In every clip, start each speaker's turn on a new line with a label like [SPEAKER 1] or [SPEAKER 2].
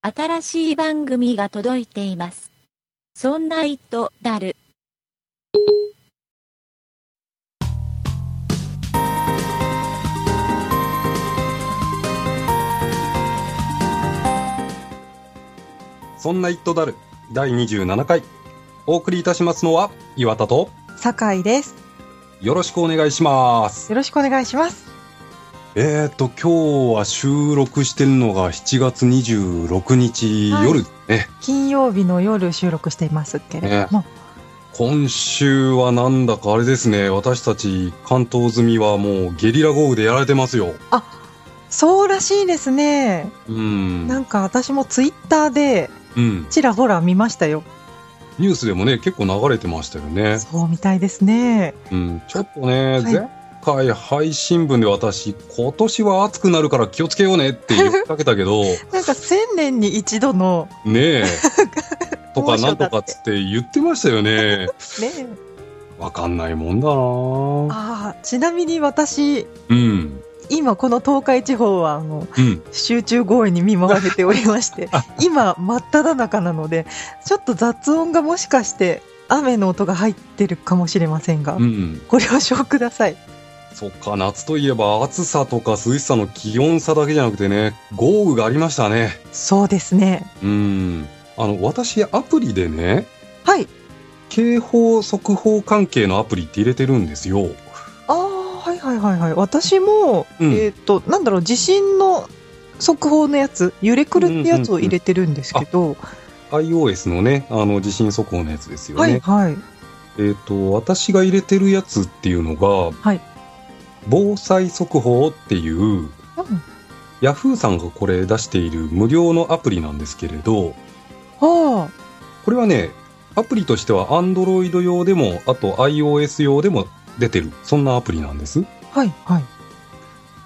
[SPEAKER 1] 新しい番組が届いています。そんな糸だる。
[SPEAKER 2] そんな「イットダル」第27回お送りいたしますのは岩田と
[SPEAKER 3] 酒井です。
[SPEAKER 2] よろしくお願いします
[SPEAKER 3] よろしくお願いします。
[SPEAKER 2] えーと今日は収録してるのが7月26日夜ね、
[SPEAKER 3] 金曜日の夜収録していますけれども、
[SPEAKER 2] 今週はなんだかあれですね私たち関東済みはもうゲリラ豪雨でやられてますよ
[SPEAKER 3] そうらしいですね。
[SPEAKER 2] う
[SPEAKER 3] なんんか私もツイッターで
[SPEAKER 2] うん
[SPEAKER 3] ちらほら見ましたよ。
[SPEAKER 2] ニュースでもね結構流れてましたよね
[SPEAKER 3] そうみたいですね。
[SPEAKER 2] うん、ちょっとね、
[SPEAKER 3] はい
[SPEAKER 2] 前回配信分で私、今年は暑くなるから気をつけようねって言ってかけたけ ど、
[SPEAKER 3] なんか千年に一度の、
[SPEAKER 2] ねえ、とか
[SPEAKER 3] 猛暑だ
[SPEAKER 2] な
[SPEAKER 3] っ
[SPEAKER 2] ん
[SPEAKER 3] て
[SPEAKER 2] とかっつって言ってましたよね。
[SPEAKER 3] ね、
[SPEAKER 2] わかんないもんだなぁ
[SPEAKER 3] ああ、ちなみに私、
[SPEAKER 2] うん、
[SPEAKER 3] 今この東海地方はあの
[SPEAKER 2] うん。
[SPEAKER 3] 集中豪雨に見舞われておりまして今真っ只中なのでちょっと雑音がもしかして雨の音が入ってるかもしれませんが、
[SPEAKER 2] うん、
[SPEAKER 3] ご了承ください
[SPEAKER 2] そっか夏といえば暑さとか涼しさの気温差だけじゃなくてね豪雨がありましたね
[SPEAKER 3] そうですね
[SPEAKER 2] うんあの私アプリでね
[SPEAKER 3] はい
[SPEAKER 2] 警報速報関係のアプリって入れてるんですよ
[SPEAKER 3] ああはいはいはいはい私も、
[SPEAKER 2] うん
[SPEAKER 3] えっ、となんだろう地震の速報のやつ揺れくるってやつを入れてるんですけど、
[SPEAKER 2] iOS のねあの地震速報のやつですよね、
[SPEAKER 3] はいはい
[SPEAKER 2] えっ、と、私が入れてるやつっていうのが、
[SPEAKER 3] はい
[SPEAKER 2] 防災速報っていう、
[SPEAKER 3] うん
[SPEAKER 2] ヤフーさんがこれ出している無料のアプリなんですけれど、
[SPEAKER 3] あ
[SPEAKER 2] これはね、アプリとしては Android 用でも、あと iOS 用でも出てる、そんなアプリなんです。
[SPEAKER 3] あはいはい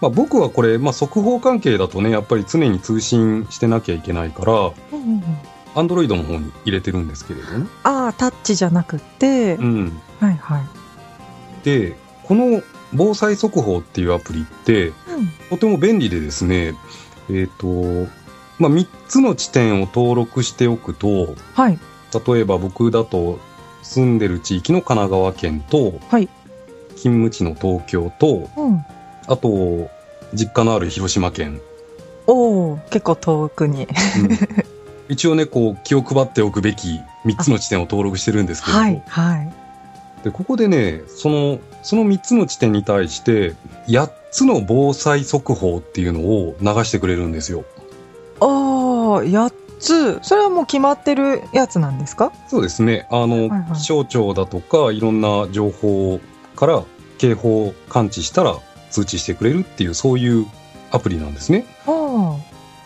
[SPEAKER 2] まあ、僕はこれ、まあ、速報関係だとね、やっぱり常に通信してなきゃいけないから、
[SPEAKER 3] うんうんうん
[SPEAKER 2] Android の方に入れてるんですけれどね。
[SPEAKER 3] ああタッチじゃなくて、
[SPEAKER 2] うん。
[SPEAKER 3] はいはい、
[SPEAKER 2] で、この防災速報っていうアプリって、
[SPEAKER 3] うん、
[SPEAKER 2] とても便利でですね、えっ、と、まあ、3つの地点を登録しておくと、
[SPEAKER 3] はい
[SPEAKER 2] 例えば僕だと住んでる地域の神奈川県と、
[SPEAKER 3] はい
[SPEAKER 2] 勤務地の東京と、
[SPEAKER 3] うん
[SPEAKER 2] あと、実家のある広島 県。
[SPEAKER 3] おお結構遠く に
[SPEAKER 2] 一応ね、こう、気を配っておくべき3つの地点を登録してるんですけれど、
[SPEAKER 3] はいはい
[SPEAKER 2] でここでね、その、その3つの地点に対して、8つの防災速報っていうのを流してくれるんですよ。
[SPEAKER 3] ああやつそれはもう決まってるやつなんですか
[SPEAKER 2] そうですね。あの、
[SPEAKER 3] はいはい
[SPEAKER 2] 気象庁だとか、いろんな情報から警報を感知したら通知してくれるっていう、そういうアプリなんですね。
[SPEAKER 3] ああ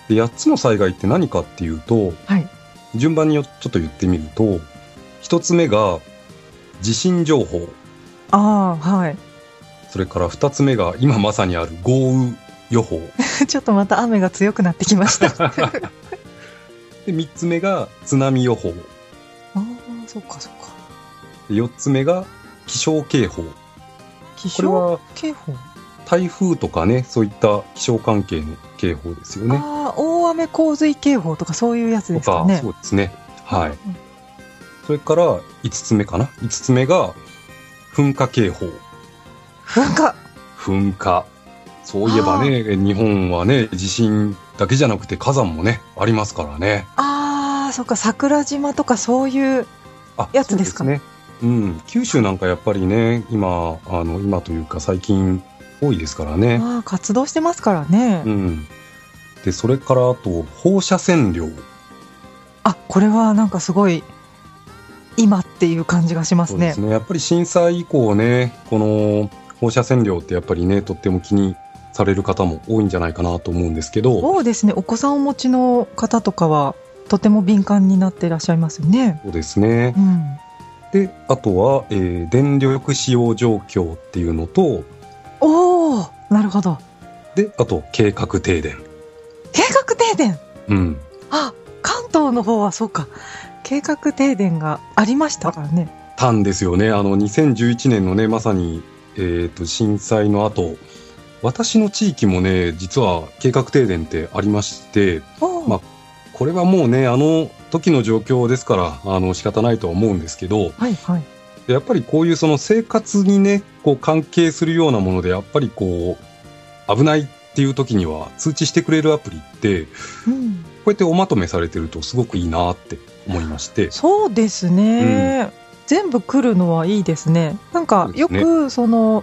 [SPEAKER 2] で、8つの災害って何かっていうと、
[SPEAKER 3] はい
[SPEAKER 2] 順番によちょっと言ってみると、1つ目が地震情報。
[SPEAKER 3] ああはい
[SPEAKER 2] それから2つ目が今まさにある豪雨予報。
[SPEAKER 3] ちょっとまた雨が強くなってき ました。あ
[SPEAKER 2] で、3つ目が津波予報。
[SPEAKER 3] あ、そっかそっか。
[SPEAKER 2] で4つ目が気象警報。
[SPEAKER 3] 気
[SPEAKER 2] これ
[SPEAKER 3] 象
[SPEAKER 2] は
[SPEAKER 3] 警報、
[SPEAKER 2] 台風とかね、そういった気象関係の警報ですよね。
[SPEAKER 3] ああ、大雨洪水警報とかそういうやつですか
[SPEAKER 2] か、
[SPEAKER 3] ね
[SPEAKER 2] そ。うですね。はい。それから、5つ目かな ?5 つ目が、噴火警報。
[SPEAKER 3] 噴火
[SPEAKER 2] 噴火。そういえばね、日本はね、地震だけじゃなくて火山もね、ありますからね。
[SPEAKER 3] ああ、そっか、桜島とかそういう、
[SPEAKER 2] あ
[SPEAKER 3] やつですか
[SPEAKER 2] そうですね。うん。九州なんかやっぱりね、今、あの、今というか最近多いですからね。
[SPEAKER 3] ああ、活動してますからね。
[SPEAKER 2] うん。で、それからあと、放射線量。
[SPEAKER 3] あ、これはなんかすごい、今っていう感じがしま
[SPEAKER 2] そ
[SPEAKER 3] す
[SPEAKER 2] うで
[SPEAKER 3] ね。
[SPEAKER 2] すね。やっぱり震災以降ね、この放射線量ってやっぱりね、とっても気にされる方も多いんじゃないかなと思うんですけど、
[SPEAKER 3] そうですね、お子さんをお持ちの方とかは、とても敏感になっていらっしゃいますよね。
[SPEAKER 2] そうですね
[SPEAKER 3] う。ん。
[SPEAKER 2] で、あとは、えー電力使用状況っていうのと、
[SPEAKER 3] おお、なるほど。
[SPEAKER 2] で、あと、計画停電。
[SPEAKER 3] 計画停電
[SPEAKER 2] うん。
[SPEAKER 3] あ関東の方はそうか計画停電がありましたからね
[SPEAKER 2] たんですよね。あの、2011年のね、まさに、えっ、と、震災の後、私の地域もね、実は計画停電ってありまして、
[SPEAKER 3] おう
[SPEAKER 2] まあこれはもうね、あの時の状況ですから、あの、仕方ないとは思うんですけど、
[SPEAKER 3] はいはい。
[SPEAKER 2] やっぱりこういうその生活にね、こう関係するようなもので、やっぱりこう、危ないっていう時には通知してくれるアプリって、
[SPEAKER 3] うん、
[SPEAKER 2] こうやっておまとめされてるとすごくいいなって思いまして。
[SPEAKER 3] そうですね、全部来るのはいいですね。なん
[SPEAKER 2] そ
[SPEAKER 3] か
[SPEAKER 2] うで
[SPEAKER 3] よ
[SPEAKER 2] すね
[SPEAKER 3] くその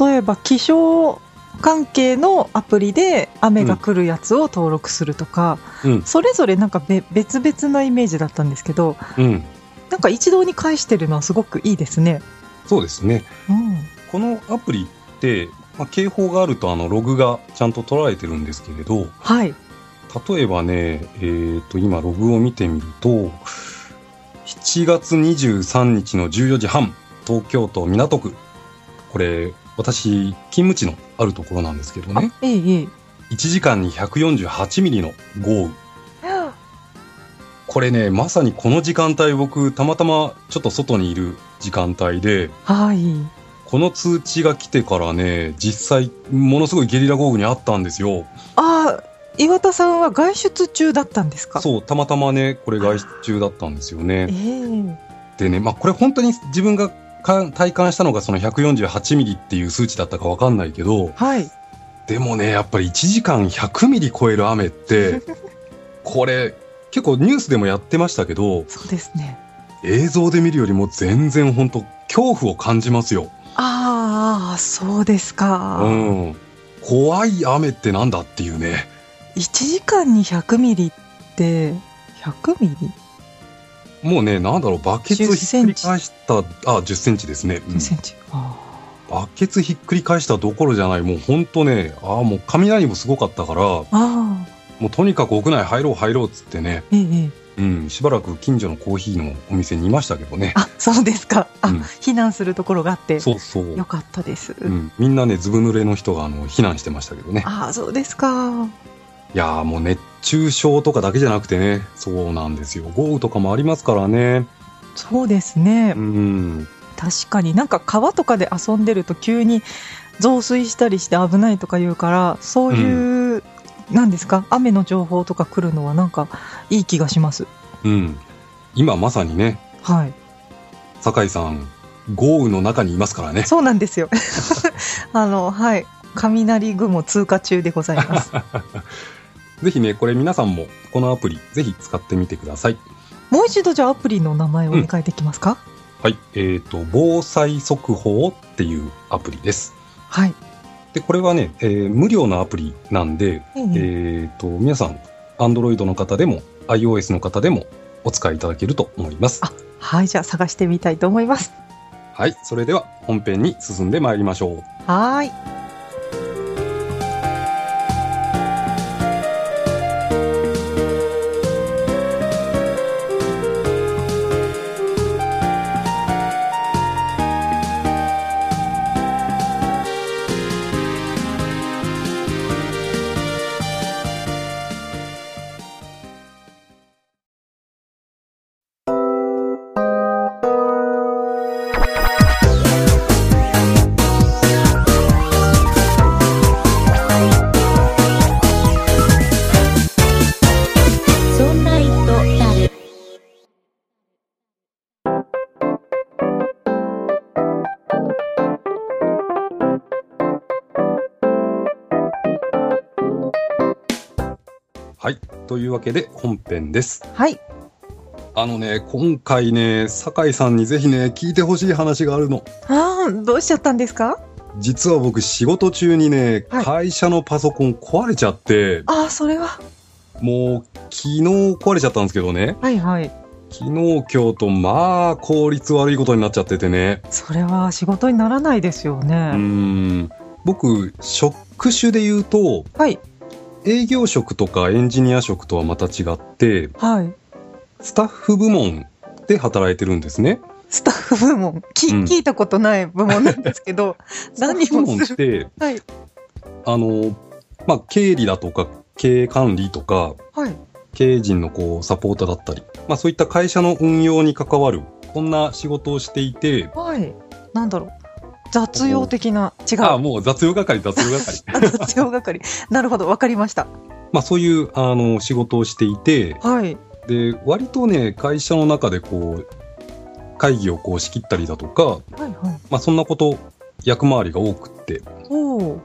[SPEAKER 3] 例えば気象関係のアプリで雨が来るやつを登録するとか、
[SPEAKER 2] うん
[SPEAKER 3] それぞれなんかべ別々なイメージだったんですけど、
[SPEAKER 2] うん。
[SPEAKER 3] なんか一堂に会してるのはすごくいいですね。
[SPEAKER 2] そうですね。
[SPEAKER 3] うん、
[SPEAKER 2] このアプリって、まあ、警報があるとあのログがちゃんと取られてるんですけれど、
[SPEAKER 3] はい。
[SPEAKER 2] 例えばね、えー、と今ログを見てみると7月23日の14時半東京都港区これ私勤務地のあるところなんですけど
[SPEAKER 3] あ
[SPEAKER 2] ね
[SPEAKER 3] ええええ。
[SPEAKER 2] 1時間に148ミリの豪雨これねまさにこの時間帯僕たまたまちょっと外にいる時間帯で
[SPEAKER 3] はい。
[SPEAKER 2] この通知が来てからね実際ものすごいゲリラ豪雨にあったんですよ
[SPEAKER 3] ああ、岩田さんは外出中だったんですか。う。
[SPEAKER 2] そうたまたまねこれ外出中だったんですよね
[SPEAKER 3] ええ。
[SPEAKER 2] でね、まあ、これ本当に自分がか体感したのがその148ミリっていう数値だったかわかんないけど、
[SPEAKER 3] はい。
[SPEAKER 2] でもね、やっぱり1時間100ミリ超える雨って、これ、結構ニュースでもやってましたけど、
[SPEAKER 3] そうですね。
[SPEAKER 2] 映像で見るよりも全然本当恐怖を感じますよ。
[SPEAKER 3] ああ、そうですか。
[SPEAKER 2] うん。怖い雨ってなんだっていうね。
[SPEAKER 3] 1時間に100ミリって100ミリ
[SPEAKER 2] もうね、なんだろう、バケツひっくり返した、あ、10センチですね。うん
[SPEAKER 3] 10センチ、あ
[SPEAKER 2] バケツひっくり返したどころじゃない、もう本当ね、ああ、もう雷もすごかったから、
[SPEAKER 3] あ
[SPEAKER 2] もうとにかく屋内入ろう入ろうっつってね、
[SPEAKER 3] ええええ
[SPEAKER 2] うん、しばらく近所のコーヒーのお店にいましたけどね。
[SPEAKER 3] あそうですかあ、
[SPEAKER 2] うん
[SPEAKER 3] 避難するところがあって
[SPEAKER 2] そうそう
[SPEAKER 3] よ。かったです、
[SPEAKER 2] うん、みんなね、ずぶ濡れの人があの避難してましたけどね。
[SPEAKER 3] ああそうですか
[SPEAKER 2] いやーもう熱中症とかだけじゃなくてね、そうなんですよ。豪雨とかもありますからね。
[SPEAKER 3] そうですね、
[SPEAKER 2] うん、
[SPEAKER 3] 確かになんか川とかで遊んでると急に増水したりして危ないとか言うからそういう、なんですか雨の情報とか来るのはなんかいい気がします
[SPEAKER 2] うん。今まさにね、
[SPEAKER 3] はい
[SPEAKER 2] 酒井さん、豪雨の中にいますからね。
[SPEAKER 3] そうなんですよ。 あの、はい。雷雲通過中でござい ます。
[SPEAKER 2] ぜひね、これ皆さんもこのアプリ、ぜひ使ってみてください。
[SPEAKER 3] もう一度じゃあアプリの名前をお願いできますか、
[SPEAKER 2] はい、えっ、と、防災速報っていうアプリです。
[SPEAKER 3] はい。
[SPEAKER 2] で、これはね、えー無料のアプリなんで、え
[SPEAKER 3] ええ
[SPEAKER 2] ーと、皆さん、Android の方でも、iOS の方でも、お使いいただけると思います
[SPEAKER 3] あ。はい。じゃあ探してみたいと思います。
[SPEAKER 2] はい、それでは本編に進んでまいりましょう。
[SPEAKER 3] はーい。
[SPEAKER 1] そんな糸だる。
[SPEAKER 2] はい、というわけで本編です。
[SPEAKER 3] はい。
[SPEAKER 2] あのね、今回ね、酒井さんにぜひね、聞いてほしい話があるの。
[SPEAKER 3] ああ、どうしちゃったんですか
[SPEAKER 2] 実は僕仕事中にね、
[SPEAKER 3] はい
[SPEAKER 2] 会社のパソコン壊れちゃって、
[SPEAKER 3] ああ、それは。
[SPEAKER 2] もう昨日壊れちゃったんですけどね、
[SPEAKER 3] はいはい。
[SPEAKER 2] 昨日今日とまあ効率悪いことになっちゃっててね。
[SPEAKER 3] それは仕事にならないですよ
[SPEAKER 2] うー
[SPEAKER 3] ね。
[SPEAKER 2] ん僕職種で言うと
[SPEAKER 3] はい。
[SPEAKER 2] 営業職とかエンジニア職とはまた違って
[SPEAKER 3] はい。
[SPEAKER 2] スタッフ部門で働いてるんですね。
[SPEAKER 3] スタッフ部門。き、
[SPEAKER 2] うん
[SPEAKER 3] 聞いたことない部門なんですけど、何 を
[SPEAKER 2] スタッフ部門
[SPEAKER 3] す
[SPEAKER 2] っ
[SPEAKER 3] る
[SPEAKER 2] て
[SPEAKER 3] はい。
[SPEAKER 2] あの、まあ、経理だとか経営管理とか
[SPEAKER 3] はい。
[SPEAKER 2] 経営陣のこうサポートだったり、まあ、そういった会社の運用に関わるこんな仕事をしていて
[SPEAKER 3] はい。なんだろう。雑用的な、違う。
[SPEAKER 2] あもう雑用係雑用係
[SPEAKER 3] 雑用係。なるほど、わかりました。
[SPEAKER 2] まあ、そういうあの仕事をしていて
[SPEAKER 3] はい。
[SPEAKER 2] で割とね会社の中でこう会議をこう仕切ったりだとか、
[SPEAKER 3] はいはい。
[SPEAKER 2] まあ、そんなこと役回りが多くって
[SPEAKER 3] おお。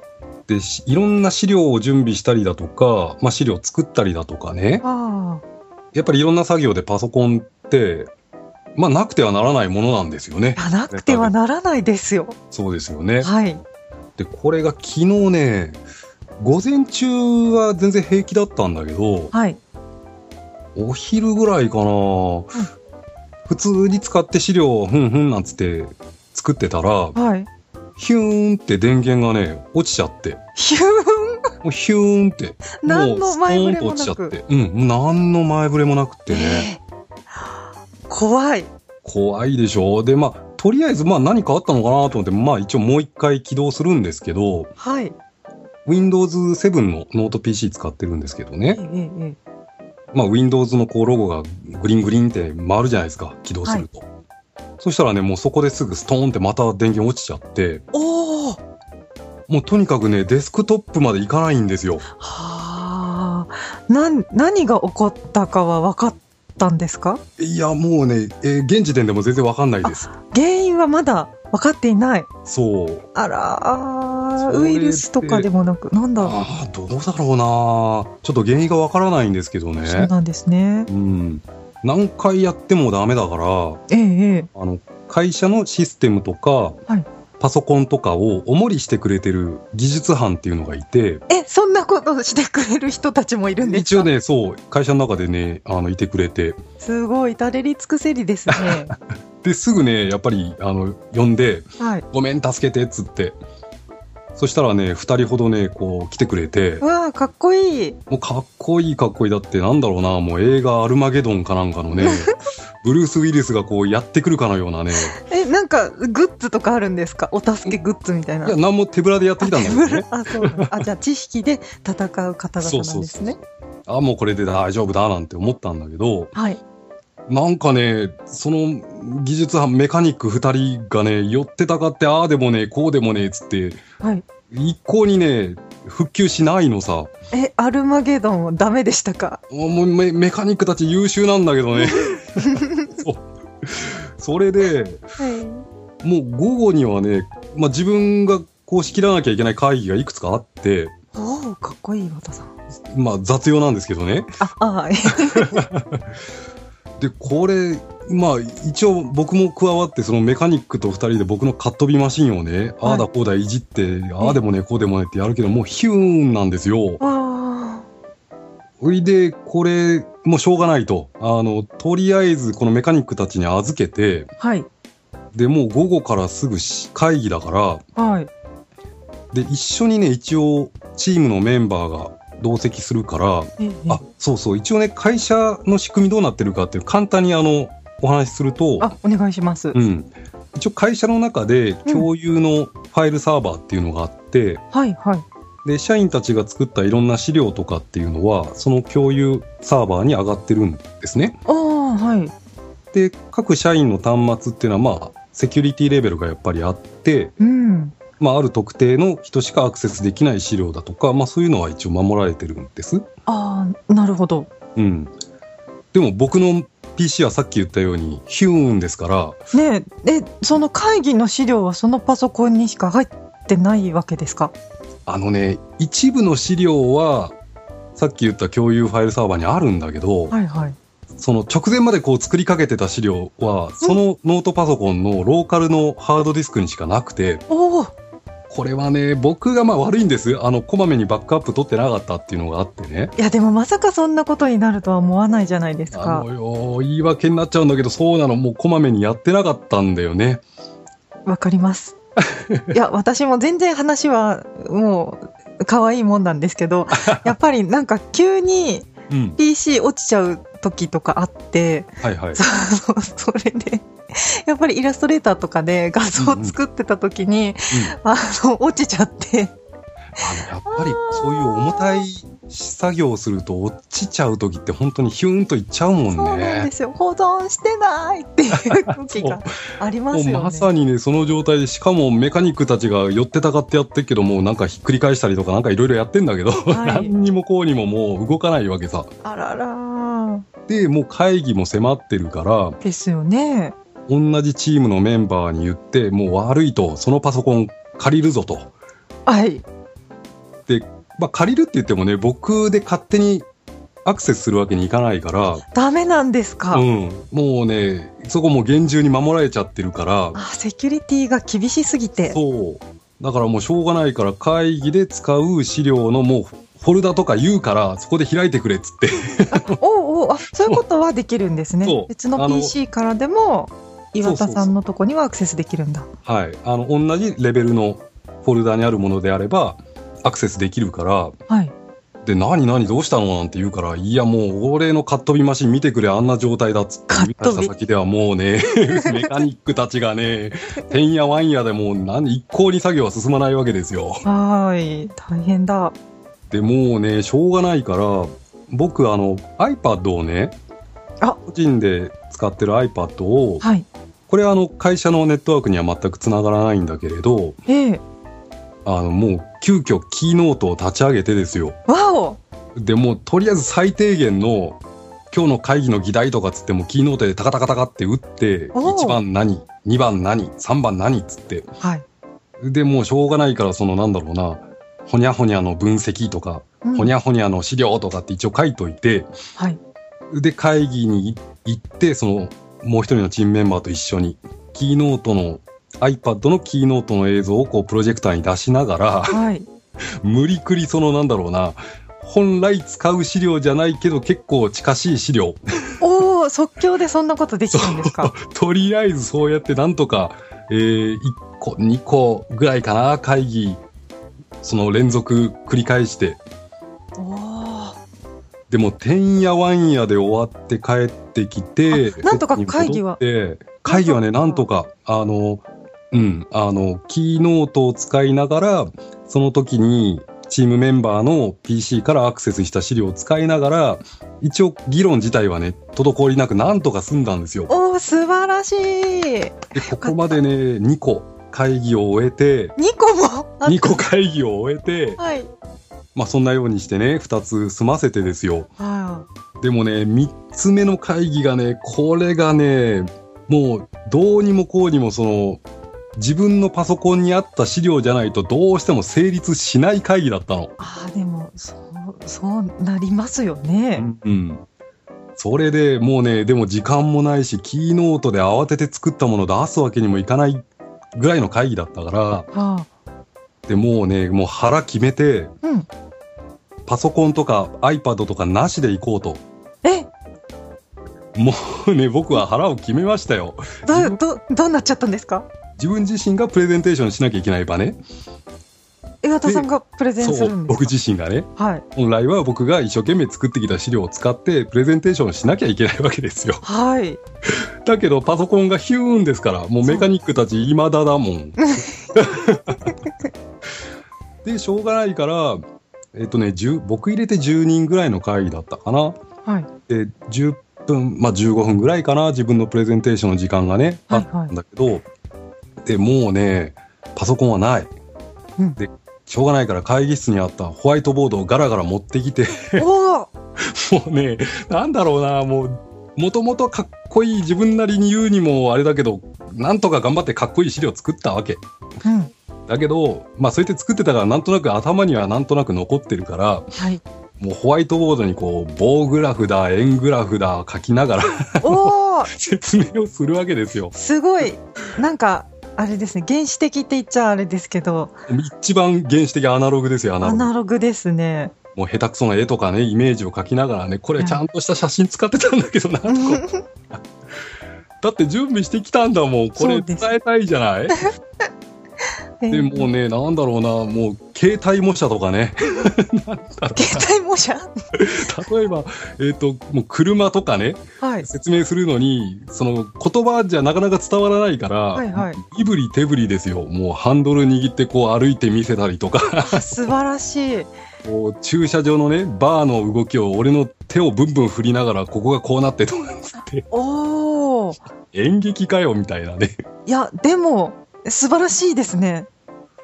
[SPEAKER 2] でしいろんな資料を準備したりだとか、まあ、資料作ったりだとかね
[SPEAKER 3] あ
[SPEAKER 2] やっぱりいろんな作業でパソコンって、まあ、なくてはならないものなんですよね
[SPEAKER 3] あ。い。やなくてはならないですよ。
[SPEAKER 2] そうですよね。
[SPEAKER 3] はい。
[SPEAKER 2] で、これが昨日ね、午前中は全然平気だったんだけど、
[SPEAKER 3] はい。
[SPEAKER 2] お昼ぐらいかな、普通に使って資料をふんふんなんつって作ってたら、
[SPEAKER 3] はい。
[SPEAKER 2] ヒューンって電源がね、落ちちゃって、
[SPEAKER 3] ヒュー
[SPEAKER 2] もうヒューンって、
[SPEAKER 3] ン
[SPEAKER 2] も
[SPEAKER 3] 何
[SPEAKER 2] う
[SPEAKER 3] の
[SPEAKER 2] ス
[SPEAKER 3] 前
[SPEAKER 2] ポ
[SPEAKER 3] 触
[SPEAKER 2] ン
[SPEAKER 3] れ
[SPEAKER 2] と
[SPEAKER 3] も
[SPEAKER 2] 落ちちゃ
[SPEAKER 3] な
[SPEAKER 2] っ
[SPEAKER 3] く。
[SPEAKER 2] て、うん、何の前触れもなくってね。
[SPEAKER 3] えー怖い。
[SPEAKER 2] 怖いでしょでまあとりあえずまあ何かあったのかなと思ってまあ一応もう一回起動するんですけど
[SPEAKER 3] はい。
[SPEAKER 2] Windows7 のノート PC 使ってるんですけど
[SPEAKER 3] え
[SPEAKER 2] ね、
[SPEAKER 3] えええ
[SPEAKER 2] まあ、Windows のこうロゴがグリングリンって回るじゃないですか起動すると、そしたらねもうそこですぐストーンってまた電源落ちちゃって
[SPEAKER 3] おお。
[SPEAKER 2] もうとにかくねデスクトップまで行かないんですよ
[SPEAKER 3] はあ。なん何が起こったかは分かったんですか？
[SPEAKER 2] いやもうね、えー現時点でも全然わかんないです
[SPEAKER 3] 原因はまだ分かっていない。
[SPEAKER 2] そう
[SPEAKER 3] あらー
[SPEAKER 2] そ
[SPEAKER 3] ウ
[SPEAKER 2] れ
[SPEAKER 3] イルスとかでもなく、なんだろ
[SPEAKER 2] ああどうだろうなちょっと原因がわからないんですけど
[SPEAKER 3] う。
[SPEAKER 2] ね
[SPEAKER 3] そうなんですね。
[SPEAKER 2] うん、何回やってもダメだから
[SPEAKER 3] ええええ
[SPEAKER 2] あの会社のシステムとか、
[SPEAKER 3] はい
[SPEAKER 2] パソコンとかをおもりしてくれてる技術班っていうのがいて
[SPEAKER 3] え、そんなことしてくれる人たちもいるんですか
[SPEAKER 2] 一応。ねそう会社の中でねあのいてくれて
[SPEAKER 3] すごい、至れり尽くせりですね。
[SPEAKER 2] ですぐねやっぱりあの呼んで
[SPEAKER 3] はい。
[SPEAKER 2] 「ごめん助けて」っつってそしたらね2人ほどねこう来てくれて
[SPEAKER 3] うわあ、かっこいい。
[SPEAKER 2] もうかっこいいかっこいいだってなんだろうなもう映画「アルマゲドン」かなんかのねブルース・ウィリスがこうやってくるかのようなね
[SPEAKER 3] え、なんか、グッズとかあるんですかお助けグッズみたいな。
[SPEAKER 2] いや何も手ぶらでやってきたんだけど ね
[SPEAKER 3] あ、そうなんあ、じゃあ、知識で戦う方々なんですね。
[SPEAKER 2] あもうこれで大丈夫だなんて思ったんだけど
[SPEAKER 3] はい。
[SPEAKER 2] なんかねその技術班メカニック2人がね寄ってたかってああでもねこうでもねっつって
[SPEAKER 3] はい。
[SPEAKER 2] 一向にね復旧しないのさ
[SPEAKER 3] え、アルマゲドンはダメでしたか
[SPEAKER 2] もうメメカニックたち優秀なんだけどね そうそれで
[SPEAKER 3] はい。
[SPEAKER 2] もう午後にはね、まあ、自分がこう仕切らなきゃいけない会議がいくつかあって、
[SPEAKER 3] おお、かっこいい、和田さん。
[SPEAKER 2] まあ、雑用なんですけどね
[SPEAKER 3] あ、あはい。
[SPEAKER 2] でこれまあ一応僕も加わってそのメカニックと2人で僕のカットビマシンをね、ああだこうだいじってああでもねこうでもねってやるけどもうヒューンなんですよ。
[SPEAKER 3] わ
[SPEAKER 2] それでこれもうしょうがないとあのとりあえずこのメカニックたちに預けて
[SPEAKER 3] あ。はい。
[SPEAKER 2] でもう午後からすぐし会議だから
[SPEAKER 3] はい。
[SPEAKER 2] で一緒にね一応チームのメンバーが同席するから
[SPEAKER 3] ええ
[SPEAKER 2] あそうそう一応ね会社の仕組みどうなってるかっていう簡単にあのお話しすると。
[SPEAKER 3] あ、お願いします。
[SPEAKER 2] うん、一応会社の中で共有のファイルサーバーっていうのがあって、
[SPEAKER 3] はい、はい。
[SPEAKER 2] で社員たちが作ったいろんな資料とかっていうのはその共有サーバーに上がってるんですね。
[SPEAKER 3] ああ、はい。
[SPEAKER 2] で各社員の端末っていうのはまあセキュリティレベルがやっぱりあって、
[SPEAKER 3] うん。
[SPEAKER 2] まあ、ある特定の人しかアクセスできない資料だとか、まあ、そういうのは一応守られてるんです。
[SPEAKER 3] ああ、なるほど。
[SPEAKER 2] うん、でも僕の PC はさっき言ったようにヒューンですから
[SPEAKER 3] ねえ、え、その会議の資料はそのパソコンにしか入ってないわけですか
[SPEAKER 2] あのね、一部の資料は、さっき言った共有ファイルサーバーにあるんだけど、
[SPEAKER 3] はいはい。
[SPEAKER 2] その直前までこう作りかけてた資料は、そのノートパソコンのローカルのハードディスクにしかなくて、
[SPEAKER 3] おお、
[SPEAKER 2] これはね、僕がまあ悪いんです。あの、こまめにバックアップ取ってなかったっていうのがあってね。
[SPEAKER 3] いやでもまさかそんなことになるとは思わないじゃないです
[SPEAKER 2] あ
[SPEAKER 3] か。
[SPEAKER 2] のよ、言い訳になっちゃうんだけど、そうなの、もうこまめにやってなかったんだよね。
[SPEAKER 3] わかり ます。いや、私も全然話はもう可愛いもんなんですけ ど、やっぱりなんか急に
[SPEAKER 2] うん。
[SPEAKER 3] PC 落ちちゃう時とかあって、
[SPEAKER 2] はいはい。
[SPEAKER 3] そそれで、やっぱりイラストレーターとかで画像を作ってた時に、
[SPEAKER 2] うん
[SPEAKER 3] あの、落ちちゃっ
[SPEAKER 2] あ
[SPEAKER 3] て、
[SPEAKER 2] のやっぱりそういう重たい作業すると落ちちゃう時って本当にヒューンといっちゃうもんね。
[SPEAKER 3] そうなんですよ保存してないっていう時 がありますよね。
[SPEAKER 2] もうまさにね、その状態で、しかもメカニックたちが寄ってたかってやってるけど、もうなんかひっくり返したりとか、なんかいろいろやってんだけど、
[SPEAKER 3] はい
[SPEAKER 2] 何にもこうにももう動かないわけさ。
[SPEAKER 3] あらら
[SPEAKER 2] で、もう会議も迫ってるから、
[SPEAKER 3] ですよね。
[SPEAKER 2] 同じチームのメンバーに言って、もう悪いと、そのパソコン借りるぞと。
[SPEAKER 3] はい
[SPEAKER 2] まあ、借りるって言ってもね、僕で勝手にアクセスするわけにいかないから、
[SPEAKER 3] ダメなんですか。
[SPEAKER 2] うん、もうね、そこもう厳重に守られちゃってるから、
[SPEAKER 3] あセキュリティが厳しすぎて。
[SPEAKER 2] そう。だからもうしょうがないから会議で使う資料のもうフォルダとか言うからそこで開いてくれっつって。
[SPEAKER 3] おうおうあそういうことはできるんですね
[SPEAKER 2] そう。
[SPEAKER 3] 別の
[SPEAKER 2] あの
[SPEAKER 3] PC からでも岩
[SPEAKER 2] そう
[SPEAKER 3] 田
[SPEAKER 2] そう
[SPEAKER 3] さ
[SPEAKER 2] そうん
[SPEAKER 3] のとこにはアクセスできるんだ。
[SPEAKER 2] はい。あの、同じレベルのフォルダにあるものであればアクセスできるから、
[SPEAKER 3] はい。
[SPEAKER 2] で、何何どうしたのなんて言うから、いやもう俺のカットビマシン見てくれあんな状態だっつって
[SPEAKER 3] カットビ
[SPEAKER 2] 見返した先ではもうね、メカニックたちがね、てんやわんやでもう何一向に作業は進まないわけですよ。
[SPEAKER 3] はーい大変だ。
[SPEAKER 2] でもうねしょうがないから僕あの iPad をね
[SPEAKER 3] あ
[SPEAKER 2] 個人で使ってる iPad を
[SPEAKER 3] はい。
[SPEAKER 2] これはあの会社のネットワークには全くつながらないんだけれど
[SPEAKER 3] ええ
[SPEAKER 2] あのもう急遽キーノートを立ち上げてですよ
[SPEAKER 3] わお
[SPEAKER 2] でもうとりあえず最低限の今日の会議の議題とかつってもキーノートでタカタカタカって打って
[SPEAKER 3] おう
[SPEAKER 2] 1番何2番何3番何っつって
[SPEAKER 3] はい。
[SPEAKER 2] でもうしょうがないからそのなんだろうなほにゃほにゃの分析とか
[SPEAKER 3] うん
[SPEAKER 2] ほにゃほにゃの資料とかって一応書いといて、
[SPEAKER 3] はい。
[SPEAKER 2] で、会議に行って、その、もう一人のチームメンバーと一緒に、キーノートの、iPad のキーノートの映像をこうプロジェクターに出しながら、
[SPEAKER 3] はい。
[SPEAKER 2] 無理くりそのなんだろうな、本来使う資料じゃないけど結構近しい資料。
[SPEAKER 3] おお即興でそんなことできたんですか。
[SPEAKER 2] とりあえずそうやってなんとか、え1個、2個ぐらいかな、会議、その連続繰り返して、
[SPEAKER 3] おお。
[SPEAKER 2] でも、てんやわんやで終わって帰ってきて、
[SPEAKER 3] あなんとか会議は
[SPEAKER 2] ベッドに戻って。会議はね、
[SPEAKER 3] な
[SPEAKER 2] なんん
[SPEAKER 3] と
[SPEAKER 2] とか、あの、うん、あの、キーノートを使いながら、その時に、チームメンバーの PC からアクセスした資料を使いながら、一応議論自体はね、滞りなくなんとか済んだんですよ。
[SPEAKER 3] おお素晴らしい。
[SPEAKER 2] で、ここまでね、2個会議を終えて、
[SPEAKER 3] 二個も。
[SPEAKER 2] 2個会議を終えて、
[SPEAKER 3] はい。
[SPEAKER 2] まあそんなようにしてね、2つ済ませてですよ。
[SPEAKER 3] は
[SPEAKER 2] でもね、三つ目の会議がね、これがね、もうどうにもこうにもその、自分のパソコンにあった資料じゃないとどうしても成立しない会議だったの
[SPEAKER 3] い。。ああでもそうそうなりますよね。
[SPEAKER 2] うん。それでもうね、でも時間もないし、キーノートで慌てて作ったもの出すわけにもいかないぐらいの会議だったか
[SPEAKER 3] は
[SPEAKER 2] ら、でもうね、もう腹決めて、
[SPEAKER 3] あ。うん。
[SPEAKER 2] パソコンとか iPad とかなしで行こうと。
[SPEAKER 3] え
[SPEAKER 2] もうね、僕は腹を決めましたよ。
[SPEAKER 3] どどどうなっちゃったんですか。
[SPEAKER 2] 自分自身がプレゼンテーションしなきゃいけない場ね。
[SPEAKER 3] 岩田さんがプレゼンす
[SPEAKER 2] そ
[SPEAKER 3] る
[SPEAKER 2] う、
[SPEAKER 3] んです
[SPEAKER 2] 僕
[SPEAKER 3] か。
[SPEAKER 2] 自身がね、
[SPEAKER 3] はい。
[SPEAKER 2] 本来は僕が一生懸命作ってきた資料を使ってプレゼンテーションしなきゃいけないわけですよ。
[SPEAKER 3] はい。
[SPEAKER 2] だけどパソコンがヒューンですから、もうメカニックたち未だだも ん。で、しょうがないから、えっとね、10僕入れて10人ぐらいの会議だったかな。
[SPEAKER 3] はい。
[SPEAKER 2] で、10分、まあ15分ぐらいかな、自分のプレゼンテーションの時間がね、あ
[SPEAKER 3] はい
[SPEAKER 2] っ
[SPEAKER 3] は
[SPEAKER 2] たん
[SPEAKER 3] い。
[SPEAKER 2] だけど、で、もうね、パソコンはない。
[SPEAKER 3] うん
[SPEAKER 2] で、しょうがないから会議室にあったホワイトボードをガラガラ持ってきて、
[SPEAKER 3] おお。
[SPEAKER 2] もうね、なんだろうな、もう、もともとかっこいい自分なりに言うにもあれだけど、なんとか頑張ってかっこいい資料作ったわけ。
[SPEAKER 3] うん。
[SPEAKER 2] だけど、まあそうやって作ってたからなんとなく頭にはなんとなく残ってるから、
[SPEAKER 3] はい。
[SPEAKER 2] もうホワイトボードにこう、棒グラフだ、円グラフだ、書きながら
[SPEAKER 3] おお。
[SPEAKER 2] 説明をするわけですよ。
[SPEAKER 3] すごい。なんかあれですね。原始的って言っちゃあれですけど、
[SPEAKER 2] 一番原始的アナログですよ、アナ
[SPEAKER 3] ア
[SPEAKER 2] ログ。
[SPEAKER 3] ナログですね。
[SPEAKER 2] もう下手くそな絵とかね、イメージを描きながらね、これちゃんとした写真使ってたんだけどな、とかだって準備してきたんだもん、こ
[SPEAKER 3] そ
[SPEAKER 2] れ
[SPEAKER 3] うで
[SPEAKER 2] 伝
[SPEAKER 3] す
[SPEAKER 2] えたいじゃないでもうね、なんだろうな、もう携帯模写とかね、
[SPEAKER 3] 携帯模写。
[SPEAKER 2] 例えば、えっ、と、もう車とかね、
[SPEAKER 3] はい。
[SPEAKER 2] 説明するのに、その言葉じゃなかなか伝わらないから、
[SPEAKER 3] はいはい
[SPEAKER 2] 身振り 手振りですよ、もうハンドル握ってこう歩いて見せたりとか、
[SPEAKER 3] 素晴らしい。
[SPEAKER 2] こう駐車場のね、バーの動きを俺の手をブンブン振りながら、ここがこうなってとか っつって、
[SPEAKER 3] おお。
[SPEAKER 2] 演劇かよみたいなね。
[SPEAKER 3] いや、でも、素晴らしいですね。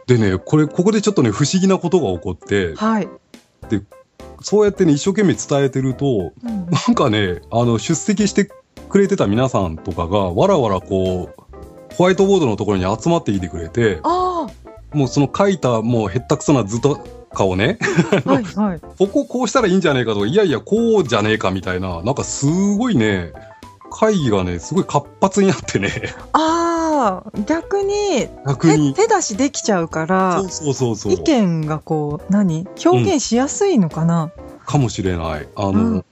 [SPEAKER 2] でね、これ、ここでちょっとね、不思議なことが起こって、
[SPEAKER 3] はい。
[SPEAKER 2] そうやってね、一生懸命伝えてると、
[SPEAKER 3] うん
[SPEAKER 2] なんかね、あの、出席してくれてた皆さんとかが、わらわらこう、ホワイトボードのところに集まってきてくれて、
[SPEAKER 3] あ
[SPEAKER 2] もうその書いた、もうへったくそな図とかをね、
[SPEAKER 3] あ、はいはい。
[SPEAKER 2] こここうしたらいいんじゃねえかとか、いやいや、こうじゃねえかみたいな、なんかすごいね、会議がね、すごい活発になってね、
[SPEAKER 3] ああ、逆に
[SPEAKER 2] 逆
[SPEAKER 3] 手
[SPEAKER 2] に。
[SPEAKER 3] 手出しできちゃうから
[SPEAKER 2] そう、そうそうそう
[SPEAKER 3] 意。見がこう、何表現しやすいのかな、
[SPEAKER 2] かもしれない。あの、
[SPEAKER 3] うん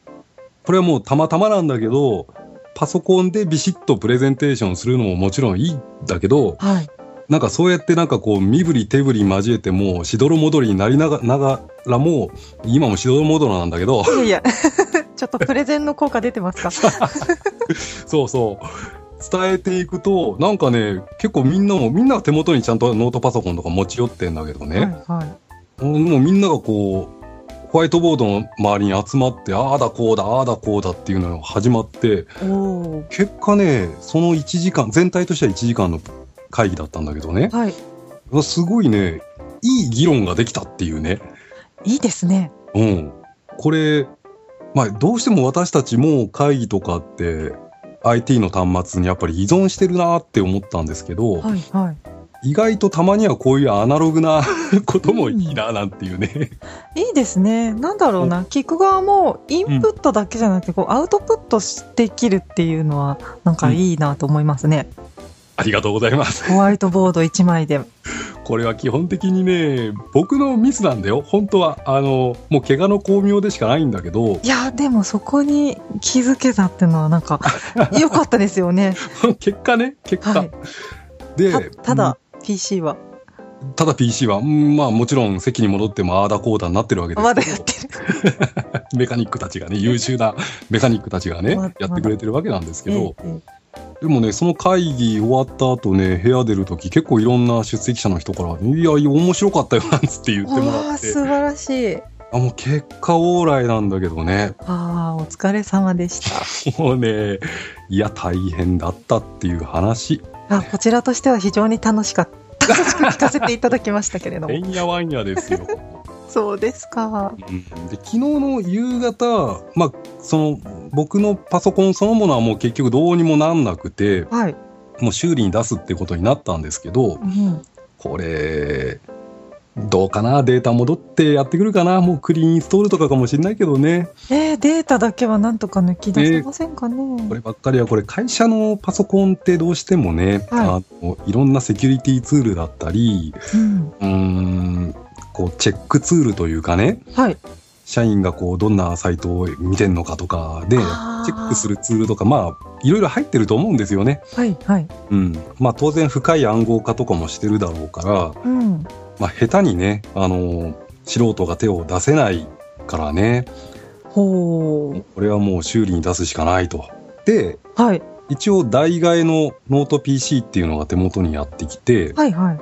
[SPEAKER 2] これはもうたまたまなんだけど、パソコンでビシッとプレゼンテーションするのももちろんいいんだけど、
[SPEAKER 3] はい。
[SPEAKER 2] なんかそうやってなんかこう身振り手振り交えてもうしどろもどりになりながながらも今もしどろもどろなんだけど
[SPEAKER 3] いやい や、ちょっとプレゼンの効果出てますか
[SPEAKER 2] そうそう伝えていくとなんかね結構みんなもみんな手元にちゃんとノートパソコンとか持ち寄ってんだけど
[SPEAKER 3] はい
[SPEAKER 2] ね、
[SPEAKER 3] は
[SPEAKER 2] もうみんながこうホワイトボードの周りに集まってああだこうだああだこうだっていうのが始まって
[SPEAKER 3] い。おお。
[SPEAKER 2] 結果ねその1時間全体としては1時間の会議だったんだけどね
[SPEAKER 3] はい。
[SPEAKER 2] すごいねいい議論ができたっていうね
[SPEAKER 3] いいですね。
[SPEAKER 2] うん、これ、まあ、どうしても私たちも会議とかって IT の端末にやっぱり依存してるなって思ったんですけど、
[SPEAKER 3] はいはい。
[SPEAKER 2] 意外とたまにはこういうアナログな こともいいななんていうね、
[SPEAKER 3] いいですね。なんだろうな、聞く側もインプットだけじゃなくて、こうアウトプットできるっていうのは、なんかいいなと思いますね。
[SPEAKER 2] ありがとうございます。
[SPEAKER 3] ホワイトボード1枚で。
[SPEAKER 2] これは基本的にね、僕のミスなんだよ。本当は、あの、もう怪我の巧妙でしかないんだけど、
[SPEAKER 3] いや、でもそこに気づけたっていうのは、なんか、良かったですよね。
[SPEAKER 2] 結果ね、結果。
[SPEAKER 3] はい。
[SPEAKER 2] で
[SPEAKER 3] たただ、PC は、
[SPEAKER 2] うんただ PC は、うんまあもちろん席に戻ってもああだこうだになってるわけですけど
[SPEAKER 3] まだやってる。
[SPEAKER 2] メカニックたちが ね、優秀なメカニックたちがね
[SPEAKER 3] まだ、
[SPEAKER 2] やってくれてるわけなんですけ
[SPEAKER 3] え
[SPEAKER 2] ど、
[SPEAKER 3] ええ
[SPEAKER 2] でもね、その会議終わった後ね、部屋出るとき、結構いろんな出席者の人から、いや、面白かったよなんつって言
[SPEAKER 3] え
[SPEAKER 2] っ
[SPEAKER 3] わ
[SPEAKER 2] てもら
[SPEAKER 3] あ、
[SPEAKER 2] って
[SPEAKER 3] 素、晴らしい。
[SPEAKER 2] あもう結果オーライなんだけどね、
[SPEAKER 3] ああ、お疲れ様でした。
[SPEAKER 2] もうね、いや、大変だったっていう話。
[SPEAKER 3] あこちらとしては非常に楽しかった。楽しく聞かせていただきましたけれど
[SPEAKER 2] え
[SPEAKER 3] も。
[SPEAKER 2] んやわんやです よ。
[SPEAKER 3] そうですか。
[SPEAKER 2] うんで昨日の夕方、まあ、その僕のパソコンそのものはもう結局どうにもなんなくて
[SPEAKER 3] はい。
[SPEAKER 2] もう修理に出すってことになったんですけど、
[SPEAKER 3] うん。
[SPEAKER 2] これ、どうかなデータ戻ってやってくるかなもうクリーンインストールとかかもしれないけどね。
[SPEAKER 3] えー、データだけはなんとか抜き出せませんかね。
[SPEAKER 2] こればっかりは、これ会社のパソコンってどうしてもね、、
[SPEAKER 3] はい
[SPEAKER 2] あのいろんなセキュリティツールだったり、
[SPEAKER 3] うん、
[SPEAKER 2] うーん、こうチェックツールというかね、
[SPEAKER 3] はい。
[SPEAKER 2] 社員がこうどんなサイトを見てんのかとかで、チ
[SPEAKER 3] あー
[SPEAKER 2] ェックするツールとか、まあ、いろいろ入ってると思うんですよね。
[SPEAKER 3] はい。はい。
[SPEAKER 2] うん。まあ当然深い暗号化とかもしてるだろうから、
[SPEAKER 3] うん。
[SPEAKER 2] まあ、下手にね、あの素人が手を出せないからね、
[SPEAKER 3] ほう。
[SPEAKER 2] これはもう修理に出すしかないと。で、
[SPEAKER 3] はい。
[SPEAKER 2] 一応、代替えのノート PC っていうのが手元にやってきて、
[SPEAKER 3] はい。はい。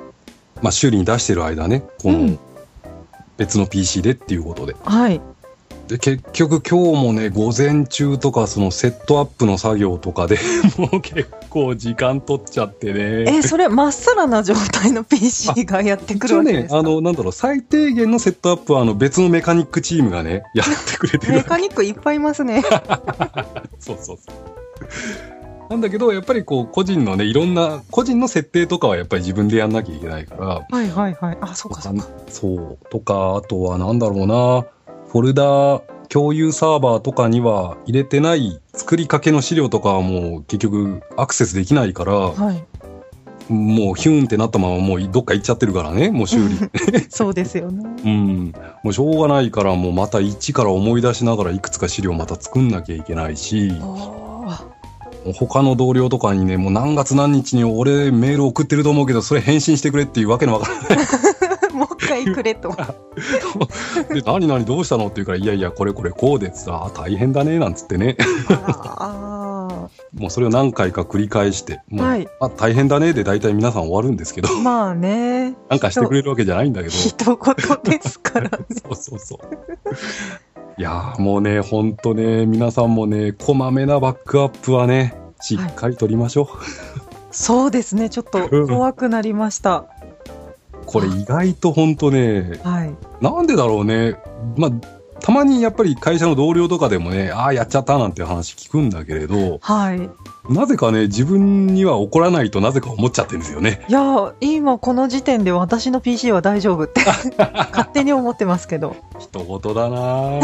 [SPEAKER 2] まあ、修理に出してる間ね、こ
[SPEAKER 3] う
[SPEAKER 2] の
[SPEAKER 3] ん
[SPEAKER 2] 別の PC でっていうことで。
[SPEAKER 3] はい。
[SPEAKER 2] で、結局今日もね、午前中とか、そのセットアップの作業とかで もう結構時間取っちゃって
[SPEAKER 3] え
[SPEAKER 2] ね。
[SPEAKER 3] ーそれ、まっさらな状態の PC がやってく
[SPEAKER 2] 一
[SPEAKER 3] る
[SPEAKER 2] 応
[SPEAKER 3] わけで
[SPEAKER 2] ね
[SPEAKER 3] す、か、
[SPEAKER 2] あの、なんだろう、最低限のセットアップは、あの、別のメカニックチームがね、 やってくれてる
[SPEAKER 3] メカニックいっぱいいま すね。
[SPEAKER 2] そうそうそう。なんだけど、やっぱりこう、個人のね、いろんな、個人の設定とかはやっぱり自分でやんなきゃいけないから、
[SPEAKER 3] はい。はい。はい。あ、そうか。そうか。
[SPEAKER 2] そう。とか、あとはなんだろうな、フォルダ共有サーバーとかには入れてない作りかけの資料とかはもう結局アクセスできないから、
[SPEAKER 3] はい。
[SPEAKER 2] もうヒューンってなったままもうどっか行っちゃってるからね、もう修理。
[SPEAKER 3] そうですよね。
[SPEAKER 2] うん。もうしょうがないから、もうまた一から思い出しながらいくつか資料また作んなきゃいけないし。
[SPEAKER 3] おー
[SPEAKER 2] 他の同僚とかにね、もう何月何日に俺メール送ってると思うけど、それ返信してくれっていうわけのわからな
[SPEAKER 3] もう一回く れと。
[SPEAKER 2] い。で、何々どうしたのって言うから、いやいや、これこれこうでっつったら、あ大変だね、なんつってね。
[SPEAKER 3] あらああ
[SPEAKER 2] もうそれを何回か繰り返して、もう、
[SPEAKER 3] はい
[SPEAKER 2] あ大変だねで大体皆さん終わるんですけど、
[SPEAKER 3] まあね
[SPEAKER 2] なんかしてくれるわけじゃないんだけど、
[SPEAKER 3] 一言ですから ね
[SPEAKER 2] そうそうそう。いやーもうね、ほんとね、皆さんもね、こまめなバックアップはね、しっかり取りましょう。
[SPEAKER 3] そうですねちょっと怖くなりました、
[SPEAKER 2] これ意外とほんとね、
[SPEAKER 3] はい
[SPEAKER 2] なんでだろうね、まあ、たまにやっぱり会社の同僚とかでもね、ああ、やっちゃったなんて話聞くんだけれど、
[SPEAKER 3] はい
[SPEAKER 2] なぜかね、自分には怒らないとなぜか思っちゃってるんですよね。
[SPEAKER 3] いやー今この時点で私の PC は大丈夫って 勝手に思ってますけど
[SPEAKER 2] 人事だ なぁ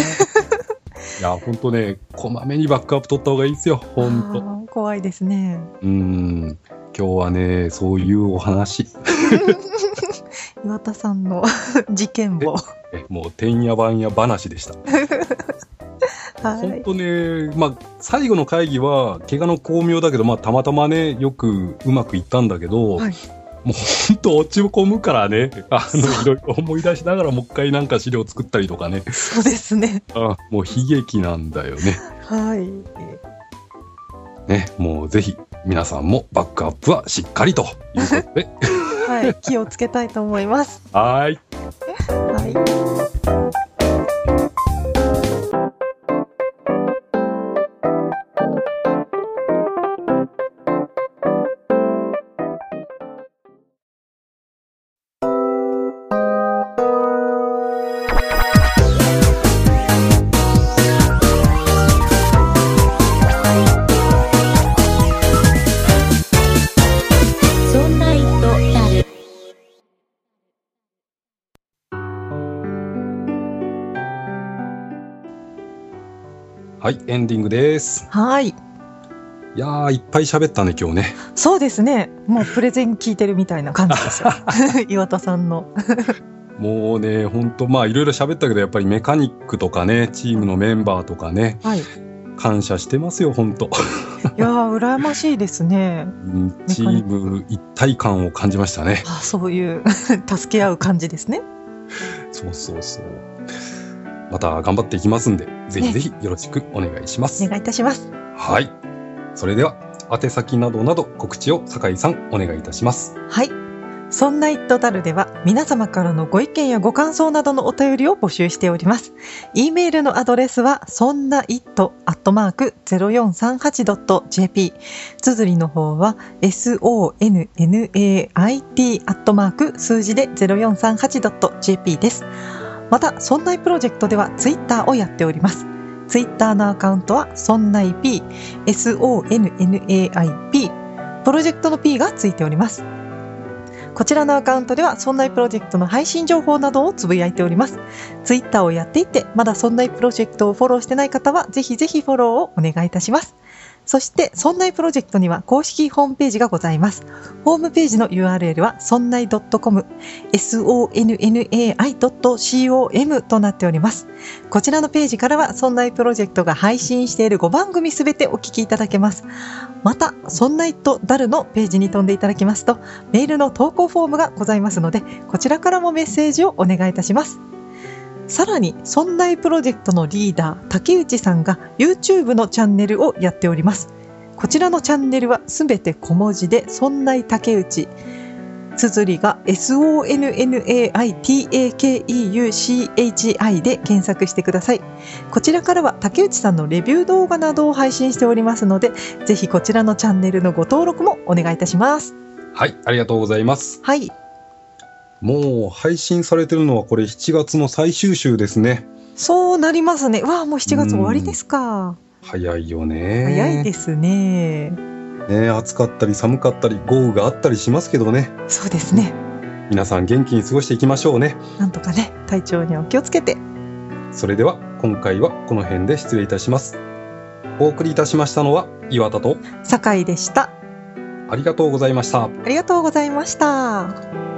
[SPEAKER 2] いや、ほんとね、こまめにバックアップ取った方がいいですよ、ほんと。
[SPEAKER 3] あー怖いですね
[SPEAKER 2] うん。今日はね、そういうお話。
[SPEAKER 3] 岩田さんの 事件簿
[SPEAKER 2] えもう、てんやばんや話でした。
[SPEAKER 3] は
[SPEAKER 2] 本
[SPEAKER 3] い
[SPEAKER 2] 当ね、まあ、最後の会議は、怪我の巧妙だけど、まあ、たまたまね、よくうまくいったんだけど、
[SPEAKER 3] はい
[SPEAKER 2] もう本当落ち込むからね、あの、いろいろ思い出しながら、もう一回なんか資料作ったりとかね、
[SPEAKER 3] そうですね
[SPEAKER 2] あもう悲劇なんだよね。
[SPEAKER 3] はい
[SPEAKER 2] ね、もうぜひ、皆さんもバックアップはしっかりということで、
[SPEAKER 3] はい気をつけたいと思います
[SPEAKER 2] はーい。
[SPEAKER 3] はい
[SPEAKER 1] そんな糸だる。
[SPEAKER 2] はい、エンディングです。
[SPEAKER 3] はい
[SPEAKER 2] いやー、いっぱい喋ったね、今日ね。
[SPEAKER 3] そうですねもうプレゼン聞いてるみたいな感じですよ 岩田さんの
[SPEAKER 2] もうね、ほんと、まあ、いろいろ喋ったけど、やっぱりメカニックとかね、チームのメンバーとかね、
[SPEAKER 3] はいい
[SPEAKER 2] 感謝してますよ、本当。
[SPEAKER 3] やー羨ましいですね
[SPEAKER 2] うんチーム一体感を感じましたね。
[SPEAKER 3] あそういう 助け合う感じですね
[SPEAKER 2] そうそうそう。また頑張っていきますんで、ぜひぜひよろしくお願いします。
[SPEAKER 3] お願いいたします
[SPEAKER 2] はい。それでは、宛先などなど告知を酒井さんお願いいたします。
[SPEAKER 3] はい。そんな一途たるでは皆様からのご意見やご感想などのお便りを募集しております。e メールのアドレスはそんな一途アットマーク 0438.jp 綴りの方は sonnait アットマーク数字で 0438.jp です。また、そんないプロジェクトではツイッターをやっております。ツイッターのアカウントはそんない p sonnaip プロジェクトの p がついております。こちらのアカウントでは、そんないプロジェクトの配信情報などをつぶやいております。ツイッターをやっていて、まだそんないプロジェクトをフォローしてない方は、ぜひぜひフォローをお願いいたします。そして、そんないプロジェクトには公式ホームページがございます。ホームページの URL は、そんない .com、sonnai.com となっております。こちらのページからは、そんないプロジェクトが配信している5番組すべてお聞きいただけます。また、そんな糸ダルのページに飛んでいただきますと、メールの投稿フォームがございますので、こちらからもメッセージをお願いいたします。さらに、そんないプロジェクトのリーダー、竹内さんが YouTube のチャンネルをやっております。こちらのチャンネルはすべて小文字で、そんない竹内。綴りが sonnaitakeuchi で検索してください。こちらからは竹内さんのレビュー動画などを配信しておりますので、ぜひこちらのチャンネルのご登録もお願いいたします。
[SPEAKER 2] はい、ありがとうございます。
[SPEAKER 3] はい、
[SPEAKER 2] もう配信されてるのはこれ7月の最終週ですね。
[SPEAKER 3] そうなりますね。わあ、もう7月終わりですか。
[SPEAKER 2] 早いよね。
[SPEAKER 3] 早いですね。
[SPEAKER 2] ね暑かったり寒かったり豪雨があったりしますけどね。
[SPEAKER 3] そうですね。
[SPEAKER 2] 皆さん元気に過ごしていきましょうね。
[SPEAKER 3] なんとかね、体調にはお気をつけて。
[SPEAKER 2] それでは今回はこの辺で失礼いたします。お送りいたしましたのは岩田と
[SPEAKER 3] 酒井でした。
[SPEAKER 2] ありがとうございました。
[SPEAKER 3] ありがとうございました。